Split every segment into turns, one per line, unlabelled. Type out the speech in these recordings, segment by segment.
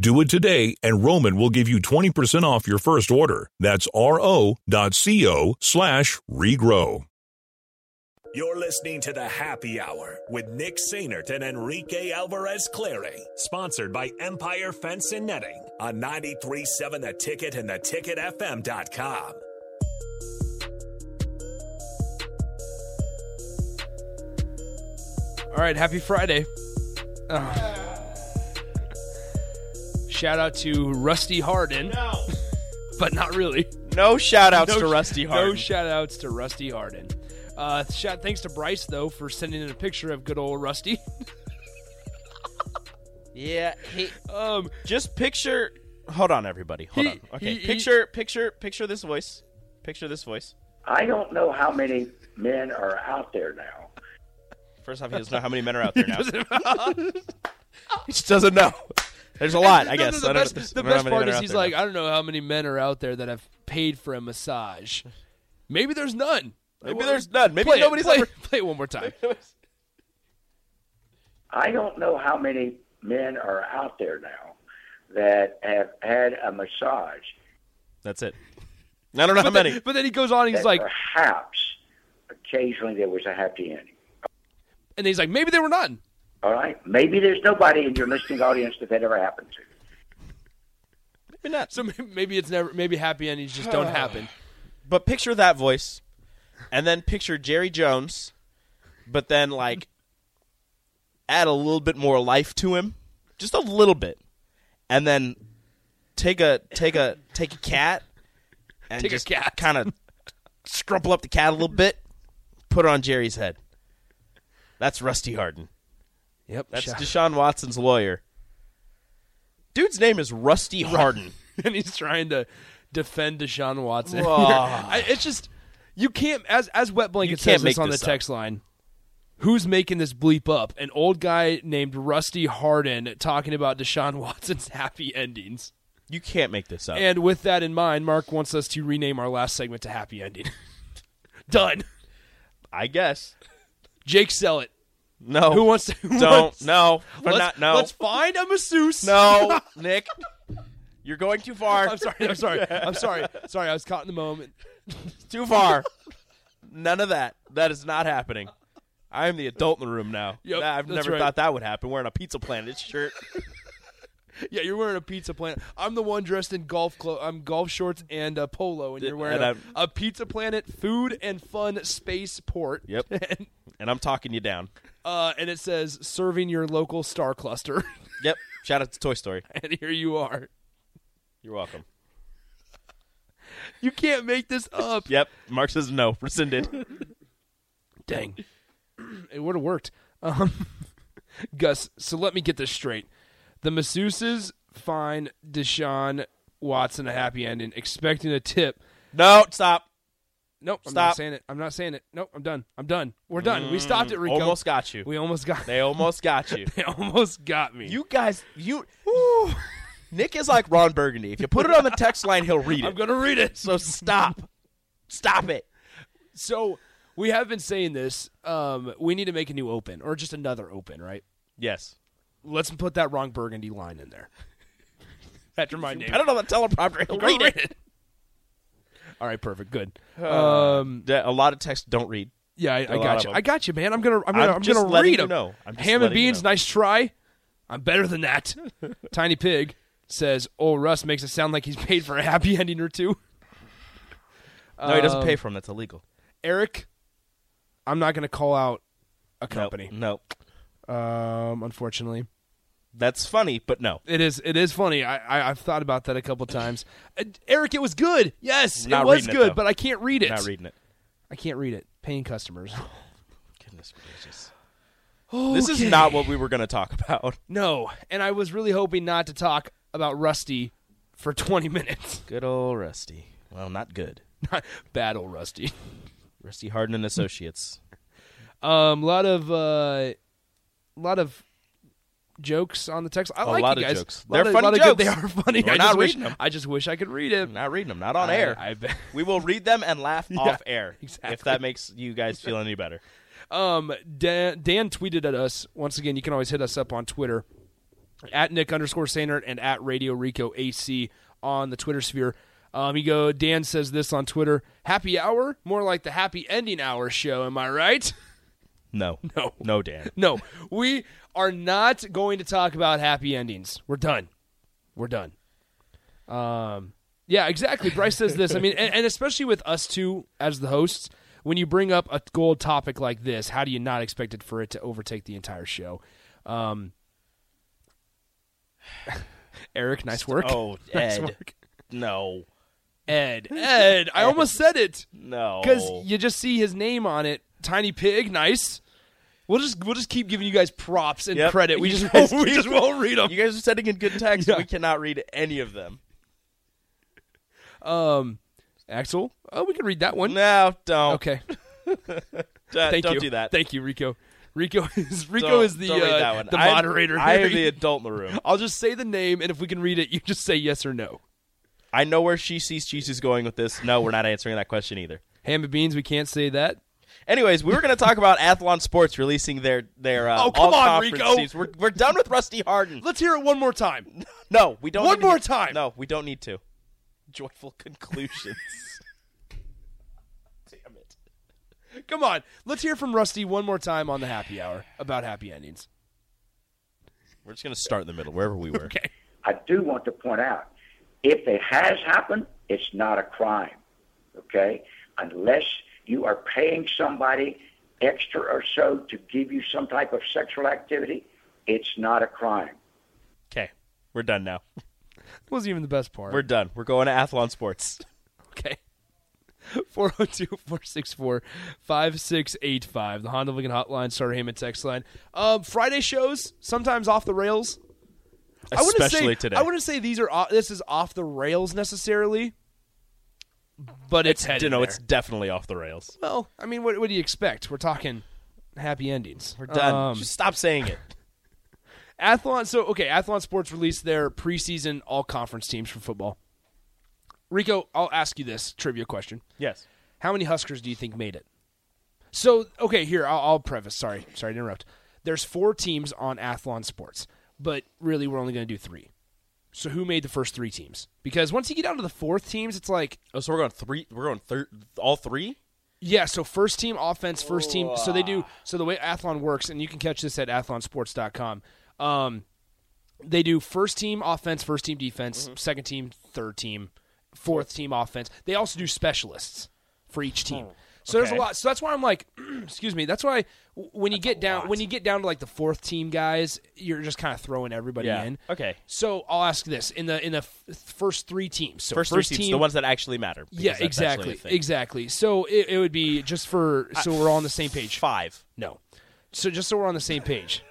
Do it today, and Roman will give you 20% off your first order. That's ro.co slash regrow.
You're listening to the Happy Hour with Nick Sainert and Enrique Alvarez Clary, sponsored by Empire Fence and Netting on 937 The Ticket and theticketfm.com.
All right, happy Friday. Ugh. Shout out to Rusty Harden. But not really.
No shout outs
No
to
sh-
Rusty Harden.
No shout outs to Rusty Harden. Uh, shout, thanks to Bryce, though, for sending in a picture of good old Rusty.
yeah, he,
Um,
just picture. Hold on, everybody. Hold
He-
on. Okay,
he- he-
picture, picture, picture this voice. Picture this voice.
I don't know how many men are out there now.
First off, he doesn't know how many men are out there now. he just doesn't know. There's a lot, I
No, no,
guess.
The
I don't-
best,
there's-
the
I don't know
best
how many
part
men are
is
out
he's
there
like,
now.
I don't know how many men are out there that have paid for a massage. Maybe there's none.
maybe there's none. Maybe
play it,
nobody's
play,
ever.
play it one more time.
I don't know how many men are out there now that have had a massage
That's it. I don't know how
But
many.
then, but then he goes on. He's
that
like,
perhaps occasionally there was a happy ending.
and he's like, maybe there were none.
All right? Maybe there's nobody in your listening audience that that ever happened to.
Maybe not.
So maybe, maybe it's never. Maybe happy endings just don't happen.
But picture that voice, and then picture Jerry Jones, but then like add a little bit more life to him, just a little bit, and then take a take a take a cat and
Take a
just
cat.
kind of scrumple up the cat a little bit, put it on Jerry's head. That's Rusty Harden.
Yep.
That's Deshaun Watson's lawyer. Dude's name is Rusty Harden.
and he's trying to defend Deshaun Watson.
Whoa.
I, it's just you can't as as wet blanket says
can't
this
make
on
this
the
up.
text line. Who's making this bleep up? An old guy named Rusty Harden talking about Deshaun Watson's happy endings.
You can't make this up.
And with that in mind, Mark wants us to rename our last segment to happy ending. Done.
I guess.
Jake, sell it.
No.
Who wants to? who
Don't
wants-
no. We're
let's,
not no.
Let's find a masseuse.
no, Nick. You're going too far.
I'm sorry. I'm sorry. I'm sorry. Sorry, I was caught in the moment.
Too far. None of that. That is not happening. I am the adult in the room now.
Yep,
Nah, I've
that's
never
right.
thought that would happen. Wearing a Pizza Planet shirt.
Yeah, you're wearing a pizza planet. I'm the one dressed in golf clo- I'm golf shorts and a polo, and you're wearing
And
a,
I'm-
a pizza planet food and fun space port.
Yep.
and,
And I'm talking you down.
uh, and it says serving your local star cluster,
Yep. Shout out to Toy Story.
and here you are.
You're welcome.
You can't make this up.
Yep. Mark says no. Rescinded.
Dang, it would have worked. Um, Gus, so let me get this straight: the masseuses find Deshaun Watson a happy ending, expecting a tip.
No, stop.
Nope, I'm
Stop.
not saying it. I'm not saying it. Nope, I'm done. I'm done. We're done. we stopped it, Rico.
Mm, Almost got you.
We almost got.
They almost got you.
They almost got me.
You guys, you. Nick is like Ron Burgundy. If you put it on the text line, he'll read
I'm
it.
gonna read it.
So stop. Stop it.
So we have been saying this. Um, we need to make a new open or just another open, right?
Yes.
Let's put that wrong burgundy line in there. After my name.
I don't know the teleprompter. He'll
Go
read it.
All right, perfect, good. Um,
Yeah, a lot of texts don't read.
yeah, I, I
lot
got
of
you.
them.
I got you, man. I'm gonna, I'm gonna, I'm,
just
gonna
letting
read
you
them.
know. I'm just
Ham and
letting you
beans,
know.
nice try. I'm better than that. Tiny pig says, "Old Russ makes it sound like he's paid for a happy ending or two.
Um, No, he doesn't pay for them. That's illegal.
Eric I'm not going to call out a
No,
company.
No,
Um, unfortunately,
that's funny, but no.
it is it is funny. I, I I've thought about that a couple times. Uh, Eric, it was good. Yes,
Not
it was
reading it,
good,
though.
but I can't read it.
Not reading it.
I can't read it. Paying customers.
Goodness gracious. This is not what we were going to talk about.
No, and I was really hoping not to talk about Rusty for 20 minutes.
Good old Rusty. Well, not good.
Battle Rusty.
Rusty Harden and Associates.
Um, lot of uh, lot of jokes on the text. I
A
like
lot
you
of
guys.
jokes.
Lot
They're
of-
funny
lot of
jokes.
Good. They are funny.
We're
I
not
just wish,
reading them.
I just wish I could read it.
I'm not reading them. Not on
I-
air.
I bet.
we will read them and laugh off air.
exactly.
If that makes you guys feel any better.
Um, Dan, Dan tweeted at us once again. You can always hit us up on Twitter at Nick underscore Sainert and at Radio Rico AC on the Twitter sphere. Um, you go. Dan says this on Twitter: Happy hour, more like the happy ending hour show. Am I right?
No.
No.
No, Dan.
No, we are not going to talk about happy endings. We're done. We're done. Um, yeah, exactly. Bryce says this. I mean, and, and especially with us two as the hosts, when you bring up a gold topic like this, how do you not expect it for it to overtake the entire show? Um, Eric, nice work.
Oh,
nice
Ed.
work.
No.
Ed, Ed. I almost said it
No.
because you just see his name on it. Tiny pig, nice. We'll just we'll just keep giving you guys props and
Yep.
credit. We
You
just
guys
won't, we just won't read them.
you guys are sending in good text.
Yeah.
We cannot read any of them.
Um, Axel, oh, we can read that one.
No, don't.
Okay,
Uh,
thank
don't
you.
do that.
Thank you, Rico. Rico is Rico
Don't-
is the
don't read
uh,
that one.
the
I am-
moderator.
I am
here.
the adult in the room.
I'll just say the name, and if we can read it, you just say yes or no.
I know where she sees Jesus going with this. No, we're not answering that question either.
Ham and beans, we can't say that.
Anyways, we were going to talk about Athlon Sports releasing their their uh,
Oh, come on,
all-conference
Rico.
teams. We're, we're done with Rusty Harden.
Let's hear it one more time.
No, we don't.
One
need to
more
get-
time.
No, we don't need to. Joyful conclusions. Damn it.
Come on, let's hear from Rusty one more time on the happy hour about happy endings.
We're just going to start in the middle, wherever we were.
Okay.
I do want to point out if it has happened, it's not a crime, okay? Unless you are paying somebody extra or so to give you some type of sexual activity, it's not a crime.
Okay. We're done now.
Wasn't even the best part.
We're done. We're going to Athlon Sports.
Okay. 402-464-5685. The Honda Lincoln Hotline, Starter Heyman text line. Um, Friday shows sometimes off the rails. I wouldn't
Especially
say,
today.
I wouldn't say these are off, this is off the rails necessarily, but it's, headed
you know,
there.
it's definitely off the rails.
well. I mean, what, what do you expect? We're talking happy endings.
We're done.
Um,
just stop saying it.
Athlon. So okay, Athlon Sports released their preseason all conference teams for football. Rico, I'll ask you this trivia question.
Yes.
How many Huskers do you think made it? So, okay, here I'll, I'll preface. Sorry, sorry to interrupt. There's four teams on Athlon Sports, but really we're only going to do three. So, who made the first three teams? Because once you get down to the fourth teams, it's like,
Oh, so we're going three. We're going thir- all three.
yeah, so first team offense, first team. So they do. So the way Athlon works, and you can catch this at athlonsports.com. Um, they do first team offense, first team defense,
Mm-hmm.
second team, third team, fourth team offense. They also do specialists for each team. So there's a
Oh, okay.
lot. So that's why I'm like, excuse me. That's why w- when you get down when you get down to like the fourth team guys, you're just kind of throwing everybody
Yeah.
in.
Okay.
So I'll ask this in the in the f- first three teams. So
First,
first,
three teams,
team,
the ones that actually matter. because
yeah,
that's actually a
exactly,
thing.
exactly. So it, it would be just for so we're all on the same page.
Five.
No, so just so we're on the same page.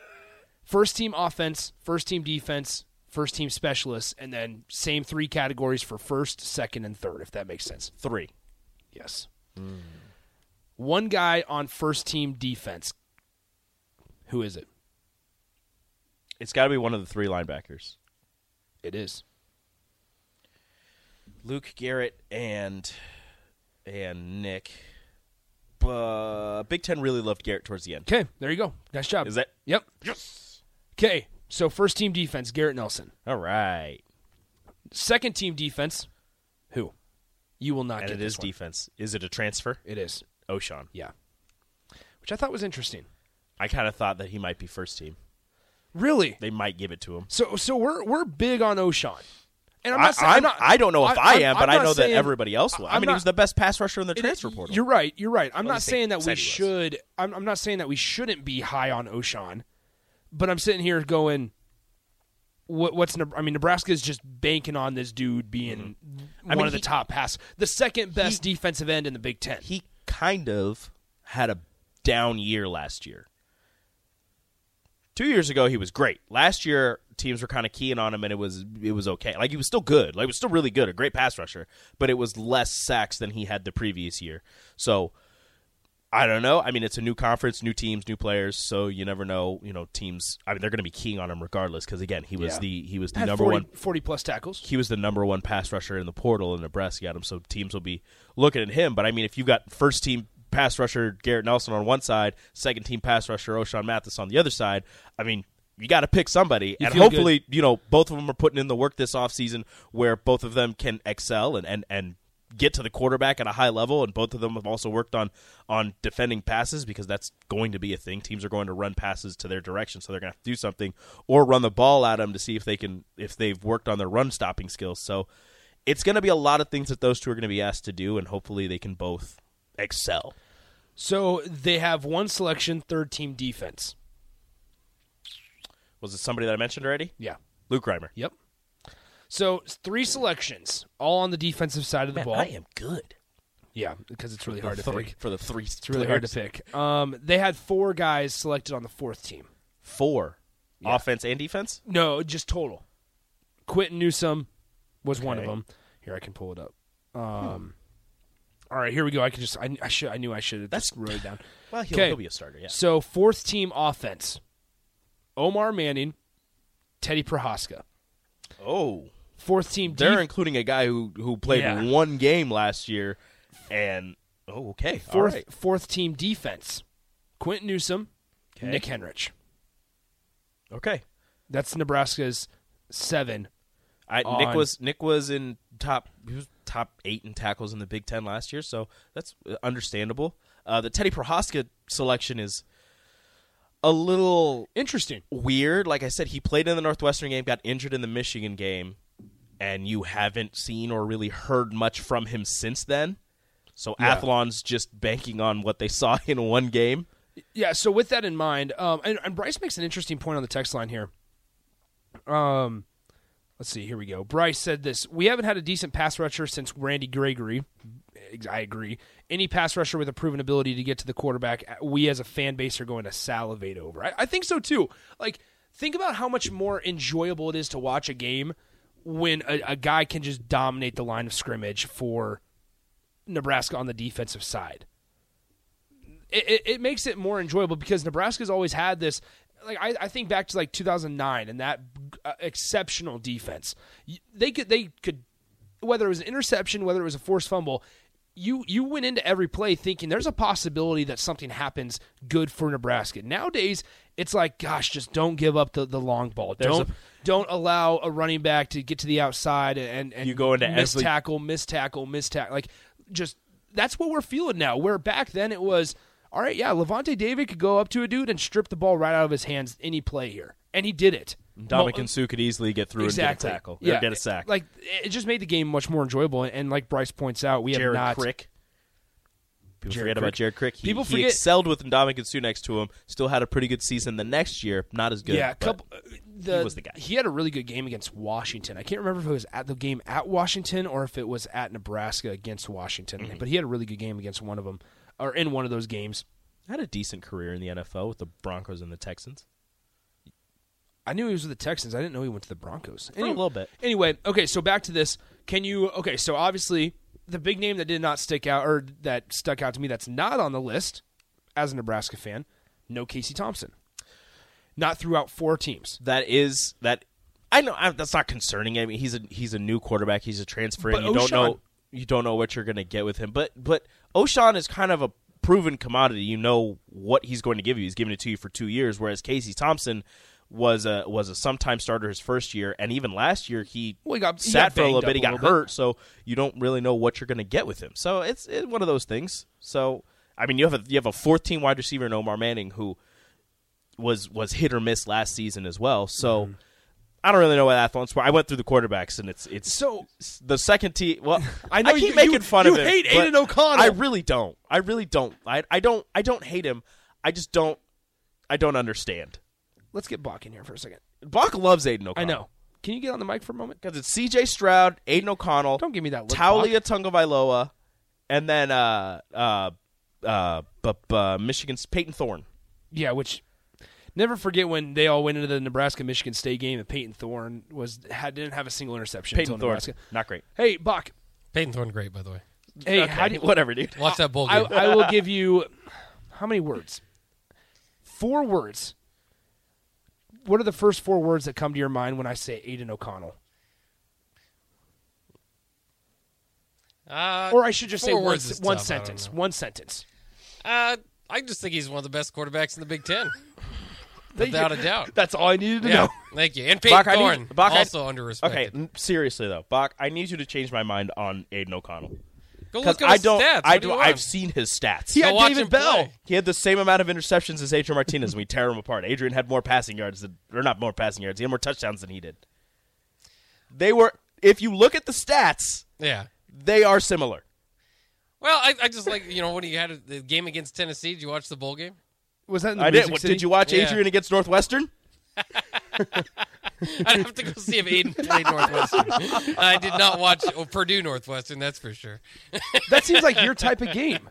First team offense, first team defense, first team specialists, and then same three categories for first, second, and third. If that makes sense.
Three.
Yes.
Hmm.
One guy on first team defense. Who is it?
It's got to be one of the three linebackers.
It is.
Luke Garrett and and Nick. Uh, Big Ten really loved Garrett towards the end.
Okay, there you go. Nice job.
Is that
Yep. Yes. Okay, so first team defense, Garrett Nelson.
all right?
Second team defense, who? You will not
And
get
it
this
is
one.
defense. Is it a transfer?
It is.
Oshon.
Yeah. Which I thought was interesting.
I kind of thought that he might be first team.
Really?
They might give it to him.
So so we're we're big on Oshon. And I'm
I,
not saying I'm
I'm-
not-
I don't know if I,
I'm-
am,
I'm
but I
not
know
saying-
that everybody else will.
I'm
I mean,
not-
he was the best pass rusher in the
it-
transfer portal.
You're right. You're right. I'm not
least they
saying that we
said he was.
should. I'm, I'm not saying that we shouldn't be high on Oshan, but I'm sitting here going, what, what's Neb- I mean, Nebraska's just banking on this dude being one
Mm-hmm. mean,
of the
he-
top pass, the second best defensive end in the Big Ten.
he kind of had a down year last year. Two years ago, he was great. Last year, teams were kind of keying on him, and it was it was okay. Like he was still good. Like he was still really good, a great pass rusher, but it was less sacks than he had the previous year. So I don't know. I mean, it's a new conference, new teams, new players, so you never know. You know, teams. I mean, they're going to be keying on him regardless because again, he was
Yeah.
the he was the
Had
number
40
one
40 plus tackles.
he was the number one pass rusher in the portal, and Nebraska got him. So teams will be looking at him. But I mean, if you've got first team pass rusher Garrett Nelson on one side, second team pass rusher O'Shawn Mathis on the other side, I mean, you got to pick somebody, and
feel
hopefully, you know, both of them are putting in the work this offseason where both of them can excel and and and get to the quarterback at a high level and both of them have also worked on on defending passes because that's going to be a thing teams are going to run passes to their direction so they're going to have to do something or run the ball at them to see if they can if they've worked on their run stopping skills so it's going to be a lot of things that those two are going to be asked to do and hopefully they can both excel
So they have one selection, third team defense.
was it somebody that i mentioned already
Yeah.
luke reimer
Yep. So it's three selections, all on the defensive side of the ball.
i am good
Yeah, because it's really hard to
three
pick.
for the three it's
It's really hard to pick. Um, they had four guys selected on the fourth team.
four offense and defense
No, just total. Quentin Newsom was one of
Okay.
them. Here, I can pull it up.
Hmm.
Um, All right, here we go. I can just. I, I should. I knew I should have just wrote it down.
well he'll,
'Kay.
he'll be a starter yeah
So fourth team offense: Omar Manning, Teddy Prohaska.
oh
Fourth team.
They're
def-
including a guy who who played
Yeah.
one game last year, and oh, okay, all
fourth
right.
fourth team defense: Quentin Newsom,
Okay.
Nick Henrich.
okay.
That's Nebraska's seven.
I,
On-
Nick was Nick was in top he was top eight in tackles in the Big Ten last year, so that's uh, understandable. Uh, the Teddy Prohaska selection is a little
Interesting.
weird. Like I said, he played in the Northwestern game, got injured in the Michigan game, and you haven't seen or really heard much from him since then. So Athlon's just banking on what they saw in one game.
Yeah. So with that in mind, um, and, and Bryce makes an interesting point on the text line here. Um, let's see. Here we go. Bryce said this: We haven't had a decent pass rusher since Randy Gregory. I agree. Any pass rusher with a proven ability to get to the quarterback, uh, we as a fan base are going to salivate over. I, I think so too. Like, think about how much more enjoyable it is to watch a game when a, a guy can just dominate the line of scrimmage for Nebraska on the defensive side it, it, it makes it more enjoyable because Nebraska's always had this. Like I, I think back to like 2009 and that uh, exceptional defense. Y- They could they could whether it was an interception, whether it was a forced fumble, you you went into every play thinking there's a possibility that something happens good for Nebraska. Nowadays, it's like gosh, just don't give up the, the long ball. don't don't allow a running back to get to the outside and and
You go into
miss
every-
tackle, miss tackle, miss tackle. Like just that's what we're feeling now. Where back then it was, all right, yeah, Levante David could go up to a dude and strip the ball right out of his hands any play here. And he did it.
Dominican Sue could easily get through and get
exactly.
a tackle.
Yeah.
Or get a sack.
Like it just made the game much more enjoyable and, and like Bryce points out, we
Jared
have not
Crick. People
Jared
forget
Crick.
about Jared Crick. He,
People
he
forget-
excelled with Ndamukong Sue next to him. Still had a pretty good season the next year. Not as good.
Yeah, a
but
couple. uh, The,
he was the guy.
He had a really good game against Washington. I can't remember if it was at the game at Washington or if it was at Nebraska against Washington.
Mm-hmm.
But he had a really good game against one of them, or in one of those games.
Had a decent career in the NFL with the Broncos and the Texans.
I knew he was with the Texans. I didn't know he went to the Broncos.
a little bit.
Anyway, okay, so back to this. Can you okay, so obviously the big name that did not stick out or that stuck out to me that's not on the list as a Nebraska fan, no Casey Thompson. Not throughout four teams.
That is that. I know I, that's not concerning. I mean, he's a he's a new quarterback. He's a transfer.
But
and you
O'Shawn-
don't know you don't know what you're going to get with him. But but O'Shawn is kind of a proven commodity. You know what he's going to give you. He's giving it to you for two years. Whereas Casey Thompson was a was a sometime starter his first year, and even last year he
Well, he got- he
sat
got
for a little
banged up
bit. He
a
got
little bit.
hurt, so you don't really know what you're going to get with him. So it's, it's one of those things. So I mean, you have a you have a 14 wide receiver
Mm-hmm.
in Omar Manning who was was hit or miss last season as well. So I don't really know what athlons were. I went through the quarterbacks, and it's it's
So-
s- the second team. Well, I
know
I keep
you-
making
you-
fun
you
of him.
hate
but
Aiden O'Connell.
I really don't. I really don't. I I don't. I don't hate him. I just don't. I don't understand.
Let's get Bach in here for a second.
Bach loves Aiden O'Connell.
I know. Can you get on the mic for a moment?
because it's C.J. Stroud, Aiden O'Connell,
Don't give me that look.
Taulia Tungavailoa, and then uh uh uh, bu- bu- Michigan's Peyton Thorne.
Yeah, which never forget when they all went into the Nebraska Michigan State game and Peyton Thorne was had, didn't have a single interception
Peyton
until
Thorne,
Nebraska.
not great.
Hey, Buck.
Peyton Thorne, great by the way.
Hey,
Okay,
how do you,
whatever, dude.
Watch that bowl
I,
game.
I will give you how many words? Four words. What are the first four words that come to your mind when I say Aiden O'Connell?
uh,
Or I should just say
four
one,
words is
one
tough, I don't
sentence.
know.
One sentence.
uh, I just think he's one of the best quarterbacks in the Big Ten,
Thank you.
without a doubt.
That's all I needed to
Yeah,
know.
thank you. And Peyton
Bach, I need-
Thorne,
Bach, I-
also under respect.
Okay, n- seriously though, Bach, I need you to change my mind on Aiden O'Connell
go
because
look at
I
his
don't.
stats.
I
What do you want?
I've seen his stats.
He had
Go watch
David
him
Bell.
play.
He had the same amount of interceptions as Adrian Martinez, and we tear him apart. Adrian had more passing yards, than, or not more passing yards. He had more touchdowns than he did. They were, if you look at the stats,
Yeah.
they are similar.
Well, I, I just like you know when he had the game against Tennessee. Did you watch the bowl game?
Was that in the
I did.
Music
What,
City?
did you watch
Yeah.
Adrian against Northwestern?
I'd have to go see if Aiden played Northwestern. I did not watch oh, Purdue Northwestern. That's for sure.
That seems like your type of game.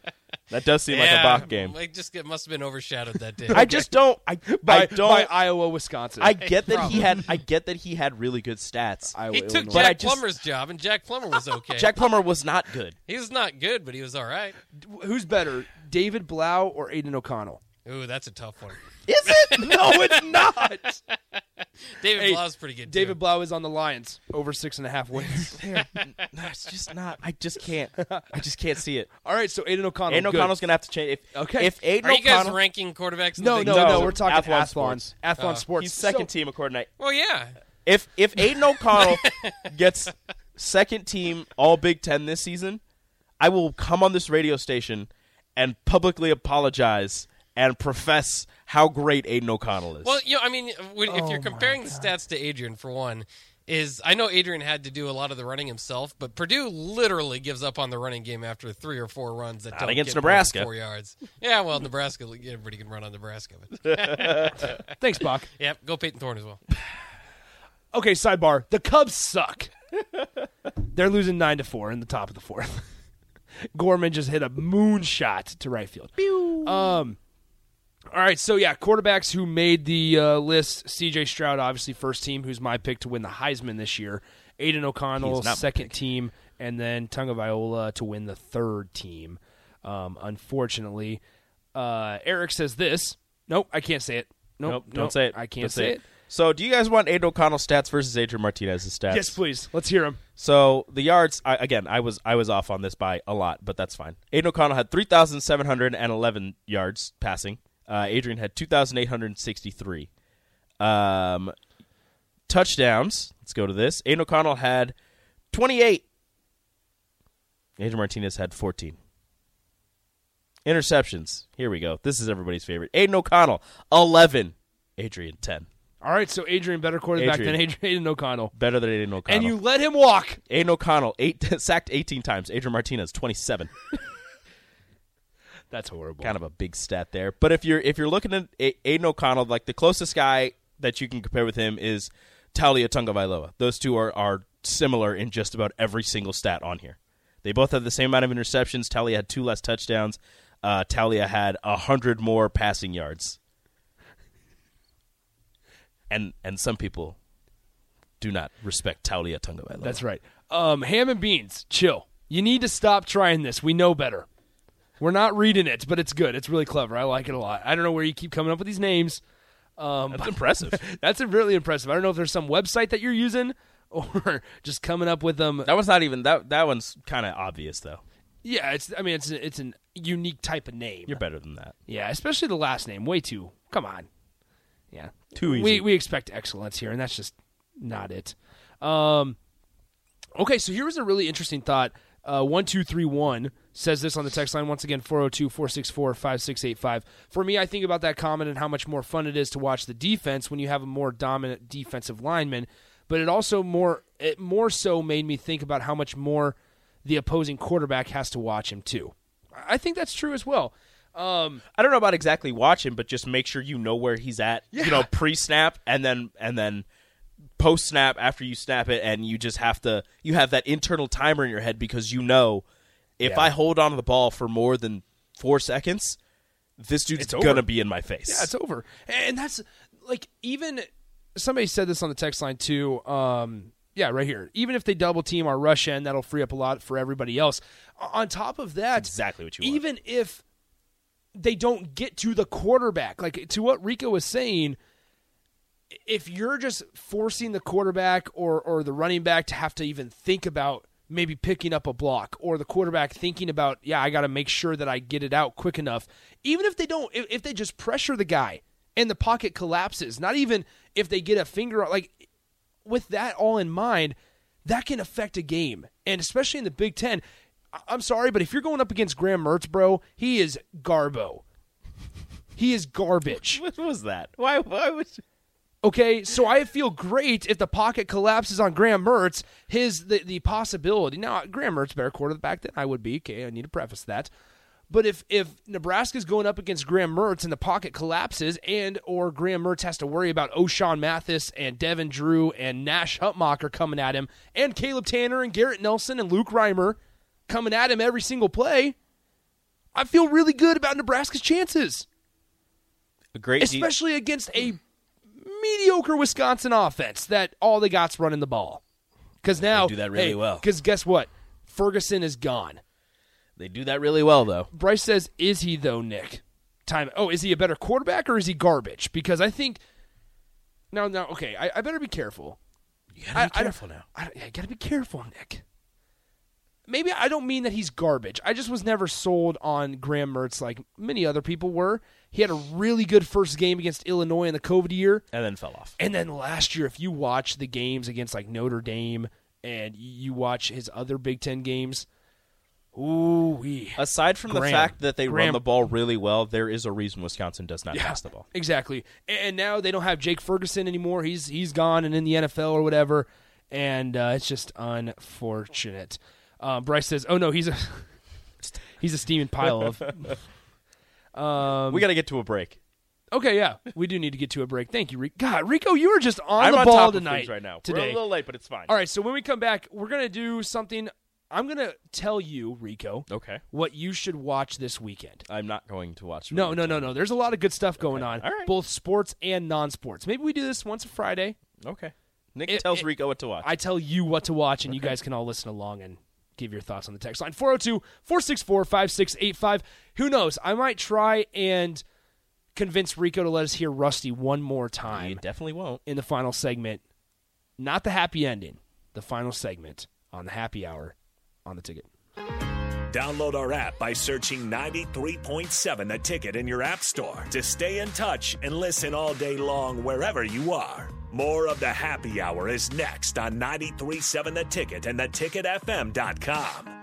That does seem like a
Yeah,
Bach game.
Like just it must have been overshadowed that day.
I just don't. I,
By,
I don't.
by Iowa, Wisconsin.
I get that he had. I get that he had really good stats.
Iowa,
he took
Illinois.
But I
Jack
just-
Plummer's job, and Jack Plummer was okay.
Jack Plummer was not good.
he was not good, but he was all right.
Who's better, David Blau or Aiden O'Connell?
Ooh, that's a tough one.
Is it? No, it's not.
David
Hey,
Blau's pretty good.
David
too.
Blau is on the Lions, over six and a half wins.
There- no, it's just not. I just can't. I just can't see it.
All right, so Aiden O'Connell.
Aiden
good.
O'Connell's gonna have to change. If,
Okay.
If Aiden
Are you guys
O'Connell,
ranking quarterbacks? In
No, no,
the Big
no,
Ten?
No,
We're talking
Athlon
Athlon Sports.
Sports.
Athlon Sports.
he's second
So-
team according to.
Well, yeah.
If if Aiden O'Connell gets second team All Big Ten this season, I will come on this radio station and publicly apologize and profess how great Aiden O'Connell is.
Well, you know, I mean, when, if
Oh
you're comparing the stats to Adrian, for one, is I know Adrian had to do a lot of the running himself, but Purdue literally gives up on the running game after three or four runs that don't
against
get more than
Nebraska.
four yards. Yeah, well, Nebraska, everybody can run on Nebraska. But,
Thanks, Bach.
yep, go Peyton Thorne as well.
Okay, sidebar. The Cubs suck. They're losing nine to four in the top of the fourth. Gorman just hit a moonshot to right field. Um. All right, so yeah, quarterbacks who made the uh, list: C.J. Stroud, obviously first team, who's my pick to win the Heisman this year. Aiden O'Connell,
He's not my
second team, and then Tunga Viola to win the third team. Um, unfortunately, uh, Eric says this. Nope, I can't say it. Nope,
nope,
nope,
don't say it.
I can't
Don't
say it.
So, do you guys want Aiden O'Connell stats versus Adrian Martinez's stats?
Yes, please. Let's hear him.
So the yards I, again, I was I was off on this by a lot, but that's fine. Aiden O'Connell had three thousand seven hundred and eleven yards passing. Uh, Adrian had two thousand eight hundred sixty-three. Um, touchdowns. Let's go to this. Aiden O'Connell had twenty-eight. Adrian Martinez had fourteen. Interceptions. Here we go. This is everybody's favorite. Aiden O'Connell eleven. Adrian ten.
All right, so Adrian better quarterback
Adrian.
than Adrian O'Connell,
Better than Aiden O'Connell.
and you let him walk.
Aiden O'Connell eight sacked eighteen times. Adrian Martinez twenty-seven.
That's horrible.
kind of a big stat there. But if you're if you're looking at A- Aiden O'Connell, like the closest guy that you can compare with him is Talia Tungavailoa. Those two are are similar in just about every single stat on here. They both have the same amount of interceptions. Talia had two less touchdowns. Uh, Talia had a hundred more passing yards. And and some people do not respect Talia Tungavailoa.
That's right. Um, ham and beans, chill. You need to stop trying this. We know better. We're not reading it, but it's good. It's really clever. I like it a lot. I don't know where you keep coming up with these names. Um,
That's impressive.
That's really impressive. I don't know if there's some website that you're using or just coming up with them.
that one's not even that. That one's kind of obvious though.
Yeah, it's. I mean, it's it's an unique type of name.
You're better than that.
Yeah, especially the last name. Way too. Come on. Yeah.
Too
We
easy.
we expect excellence here, and that's just not it. Um, okay, so here was a really interesting thought Uh, 1231 says this on the text line once again 402 464 5685. For me, I think about that comment and how much more fun it is to watch the defense when you have a more dominant defensive lineman, but it also more it more so made me think about how much more the opposing quarterback has to watch him too. I I think that's true as well. Um,
I don't know about exactly watch him, but just make sure you know where he's at. You know, pre snap and then and then post snap after you snap it, and you just have to you have that internal timer in your head because you know if I hold on to the ball for more than four seconds, this dude's
It's over.
gonna be in my face.
Yeah, it's over. And that's like even somebody said this on the text line too. Um, yeah, right here. Even if they double team our rush end, that'll free up a lot for everybody else. O- On top of that,
exactly what you want.
Even if they don't get to the quarterback, like to what Rico was saying, if you're just forcing the quarterback or or the running back to have to even think about maybe picking up a block or the quarterback thinking about yeah I got to make sure that I get it out quick enough even if they don't if, if they just pressure the guy and the pocket collapses not even if they get a finger like with that all in mind that can affect a game and especially in the Big 10 I- I'm sorry but if you're going up against Graham Mertz bro he is garbo he is garbage
What was that? Why? Why was?
Okay, so I feel great if the pocket collapses on Graham Mertz. His the, the possibility now Graham Mertz better quarterback than I would be. Okay, I need to preface that. But if if Nebraska's going up against Graham Mertz and the pocket collapses, and or Graham Mertz has to worry about O'Shawn Mathis and Devin Drew and Nash Hutmacher coming at him, and Caleb Tanner and Garrett Nelson and Luke Reimer coming at him every single play, I feel really good about Nebraska's chances
A great, de-
especially against a mediocre Wisconsin offense that all they got's running the ball. Because now
do that really well.
Because guess what, Ferguson is gone.
they do that really well, though.
Bryce says, "Is he though, Nick? Time. Oh, is he a better quarterback or is he garbage? Because I think now, now, okay, I, I better be careful.
You
I-
gotta be
I don't-
careful now.
I, I gotta be careful, Nick. Maybe I don't mean that he's garbage. I just was never sold on Graham Mertz like many other people were. He had a really good first game against Illinois in the COVID year.
And then fell off.
And then last year, if you watch the games against like Notre Dame and you watch his other Big Ten games, ooh wee.
Aside from the
Graham.
fact that they
Graham.
run the ball really well, there is a reason Wisconsin does not pass the ball.
Exactly. And now they don't have Jake Ferguson anymore. He's he's gone and in the NFL or whatever. And uh, it's just unfortunate. Um, Bryce says, "Oh no, he's a he's a steaming pile of." Um,
we got to get to a break.
Okay, yeah, we do need to get to a break. Thank you, Rico. God, Rico, you are just on
I'm
the
on
ball
top of
tonight.
things right now.
today,
We're a little late, but it's fine.
All right, so when we come back, we're going to do something. I'm going to tell you, Rico,
Okay.
what you should watch this weekend.
I'm not going to watch.
No, no, no, no. There's a lot of good stuff going on,
all right.
both sports and non sports. Maybe we do this once a Friday.
no. Okay. Nick
It-
tells
it-
Rico what to watch.
I tell you what to watch, and you guys can all listen along and give your thoughts on the text line 402 464 5685. Who knows? I might try and convince Rico to let us hear Rusty one more time
you definitely won't.
in the final segment, not the happy ending, the final segment on the happy hour on the ticket.
Download our app by searching 93.7 The Ticket in your app store to stay in touch and listen all day long wherever you are. More of the happy hour is next on 93.7 The Ticket and theticketfm.com.